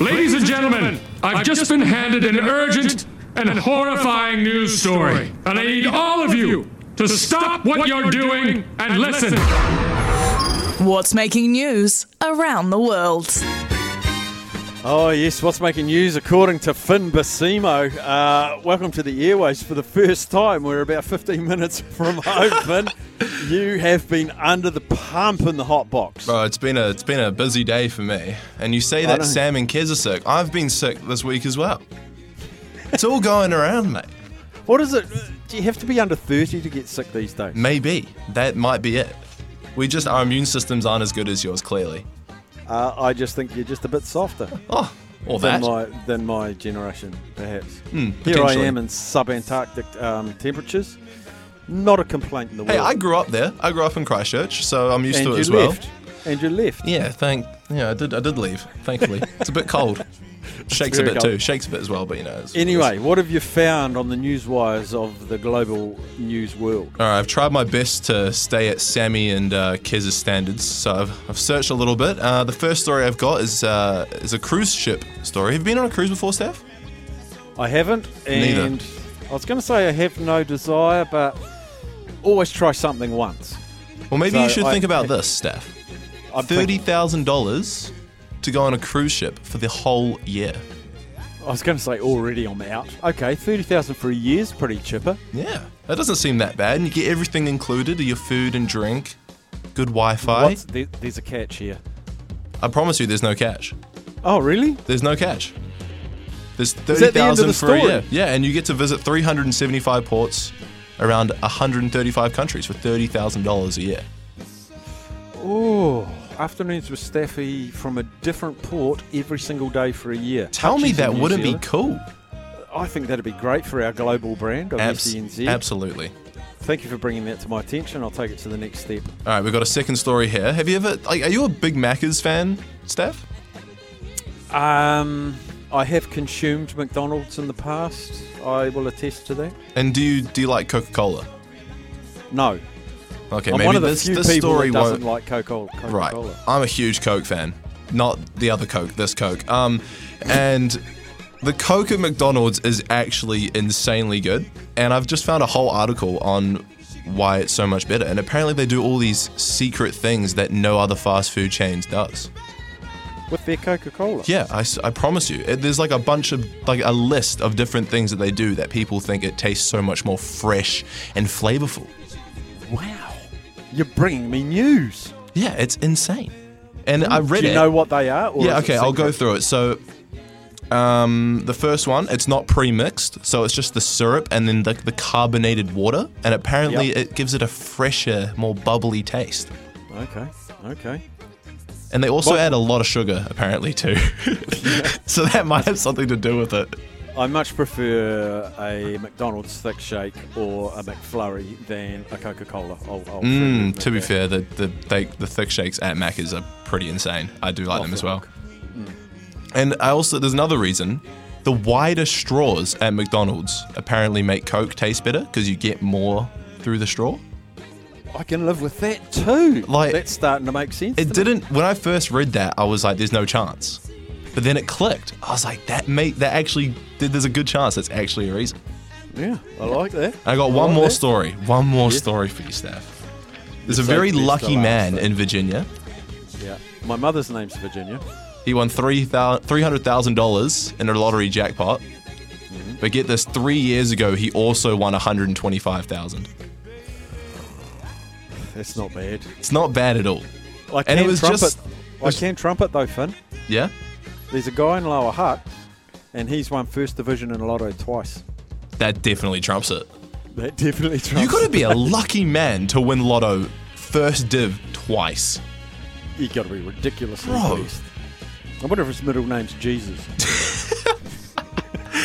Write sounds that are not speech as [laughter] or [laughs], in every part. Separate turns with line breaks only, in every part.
Ladies and gentlemen, I've just been handed an urgent and horrifying news story, and I need all of you to stop what you're doing and listen.
What's making news around the world?
Oh, yes, what's making news according to Finn Bassimo? Uh, welcome to the airways for the first time. We're about 15 minutes [laughs] from
[laughs]
home, Finn. You have been under the pump in the hot box.
Bro, Oh, it's been a it's been a busy day for me. And you say that
know.
Sam and Kez are sick. I've been sick this week as well. It's all going around, mate.
What is it? Do you have to be under 30 to get sick these days?
Maybe that might be it. We just our immune systems aren't as good as yours, clearly.
Uh, I just think you're just a bit
[laughs]
softer
Oh, or
than
that. Hmm,
my, than my generation, perhaps. Here I
potentially.
am in sub-Antarctic um, temperatures. Not a complaint in the
Hey,
world.
I grew up there. I grew up in Christchurch, so I'm used
and
to
you
it as well.
left. And you left.
Yeah, thank. Yeah, I did. I did leave. Thankfully, it's a
[laughs]
bit cold. Shakes a
very
bit
cold.
too. Shakes a bit as well, but you know. It's,
Anyway,
it's-
what have you found on the news wires of the global news world?
all right. I've tried my best to stay at Sammy and uh, Kez's standards, so I've, I've searched a little bit. Uh, the first story I've got is uh, is a cruise ship story. Have you been on a cruise before, Steph?
I haven't,
Neither.
and I was going to say I have no desire, but always try something once.
Well, maybe you
So
should
I-
think about this, Steph.
I'm
Thirty
thinking-
thousand dollars to go on a cruise ship for the whole year.
I was going to say already I'm out. Okay, thirty thousand for a year's pretty chipper.
Yeah, that doesn't seem that bad, and you get everything included: your food and drink, good Wi-Fi.
What's there, there's a catch here.
I promise you, there's no catch.
Oh really?
There's no catch. There's
the end of
30,000
the
for a year.
story?
Yeah, and you get to visit 375 ports around 135 countries for $30,000 a year.
Oh, afternoons with Staffy from a different port every single day for a year.
Tell me
Touches in
that
New
wouldn't be
Zealand.
cool.
I think that'd be great for our global brand of
Abs-
SENZ.
absolutely.
Thank you for bringing that to my attention. I'll take it to the next step.
All right, we've got a second story here. Have you ever, like, are you a Big Macca's fan, Steph?
Um, I have consumed McDonald's in the past. I will attest to that.
And do you, do you like Coca Cola?
No,
Okay,
I'm
maybe
one of the
this,
few
this
people
story
that doesn't like
won't.
Coca-Cola.
Right.
Coca-Cola.
I'm a huge Coke fan. Not the other Coke, this Coke. Um and the Coke at McDonald's is actually insanely good. And I've just found a whole article on why it's so much better. And apparently they do all these secret things that no other fast food chains does.
With their Coca-Cola.
Yeah, I, s- I promise you. It, there's like a bunch of, like a list of different things that they do that people think it tastes so much more fresh and flavorful.
Wow. You're bringing me news.
Yeah, it's insane. And I read
Do
it.
you know what they are? or
Yeah,
is it
okay, I'll go
secret?
through it. So, um, the first one, it's not pre mixed, so it's just the syrup and then the, the carbonated water, and apparently
Yep.
it gives it a fresher, more bubbly taste.
Okay. Okay.
And they also
What-
add a lot of sugar, apparently, too. [laughs] so that might have something to do with it.
I much prefer a McDonald's thick shake or a McFlurry than a Coca-Cola. I'll, I'll
Mm,
freely
to be
admit that.
fair, the, the, they, the thick shakes at Macca's are pretty insane. I do like
Oh,
them as well.
fuck.
And I also, there's another reason. The wider straws at McDonald's apparently make Coke taste better because you get more through the straw.
I can live with that too.
Like-
that's starting to make sense.
It
to me.
didn't. When I first read that, I was like, "There's no chance," but then it clicked. I was like, "That mate, that actually, th- there's a good chance. That's actually a reason."
Yeah, I like that.
I got
I
one
like
more
that.
story. One more
Yeah.
story for you, Steph. There's a
It's like
very
best to
lucky
last,
man
though.
in Virginia.
Yeah, my mother's name's Virginia.
He won three hundred thousand dollars in a lottery jackpot.
Mm-hmm.
But get this: three years ago, he also won one hundred twenty-five thousand.
That's not bad.
It's not bad at all.
I can
it was
trumpet.
just-
I can trumpet though, Finn.
Yeah.
There's a guy in Lower Hutt, and he's won first division in Lotto twice.
That definitely trumps it.
That [laughs] definitely trumps.
You gotta
[laughs]
be a lucky man to win Lotto first div twice.
You gotta be ridiculously
Bro.
pleased. I wonder if his middle name's
[laughs]
Jesus.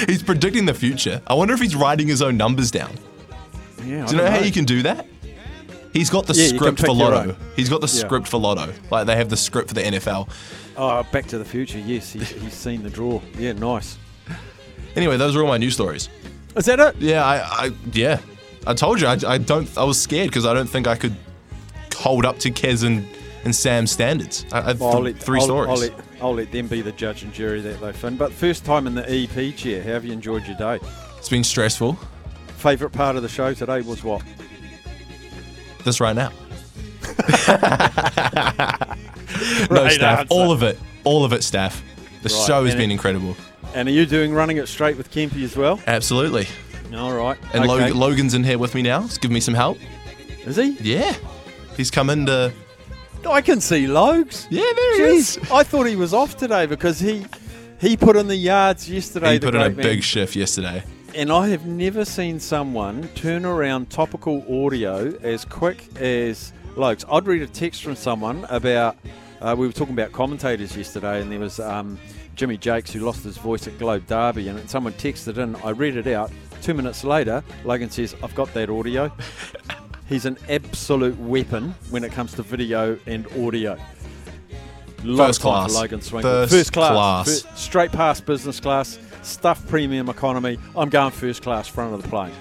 He's predicting the future. I wonder if he's writing his own numbers down.
Yeah.
Do you know, how you can do that? He's got the
Yeah, you can
script for
pick your
Lotto.
own.
He's got the
Yeah.
script for Lotto. Like they have the script for the NFL.
Oh, Back to the Future. Yes,
[laughs]
he's, he's seen the draw. Yeah, nice.
Anyway, those are all my news stories.
Is that it?
Yeah, I, I yeah, I told you. I, I don't. I was scared because I don't think I could hold up to Kez and, and Sam's standards. I, I
Well, I'll
th-
let-
3
I'll-
stories.
I'll let- I'll let them be the judge and jury that they Finn. But first time in the EP chair. How have you enjoyed your day?
It's been stressful.
Favourite part of the show today was what?
This
[laughs]
right now. no,
Right
staff.
answer.
All of it. All of it, staff. The
Right,
show has
and
been
it-
incredible.
And are you doing running it straight with Kempy as well?
Absolutely.
All right.
And Log-
okay.
Logan's in here with me now. He's giving me some help.
is he?
Yeah. He's come in to.
I can see Logs.
Yeah, there he is.
Jeez, I thought he was off today because he he put in the yards yesterday.
He
the
put in a
great man.
big shift yesterday.
and I have never seen someone turn around topical audio as quick as Lokes. I'd read a text from someone about uh, we were talking about commentators yesterday, and there was um, Jimmy Jakes who lost his voice at Globe Derby, and someone texted in. I read it out. Two minutes later, Logan says, "I've got that audio." He's an absolute weapon when it comes to video and audio. Love
First
time for
class.
Logan Swingle.
First
first class.
class.
Fir- straight past business class. Stuff premium economy. I'm going first class, front of the
[laughs]
plane.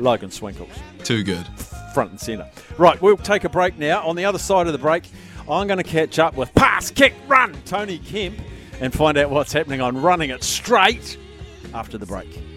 Logan Swinkles,
Too good.
front and centre. Right, we'll take a break now. On the other side of the break, I'm going to catch up with pass, kick, run, Tony Kemp, and find out what's happening on running it straight after the break.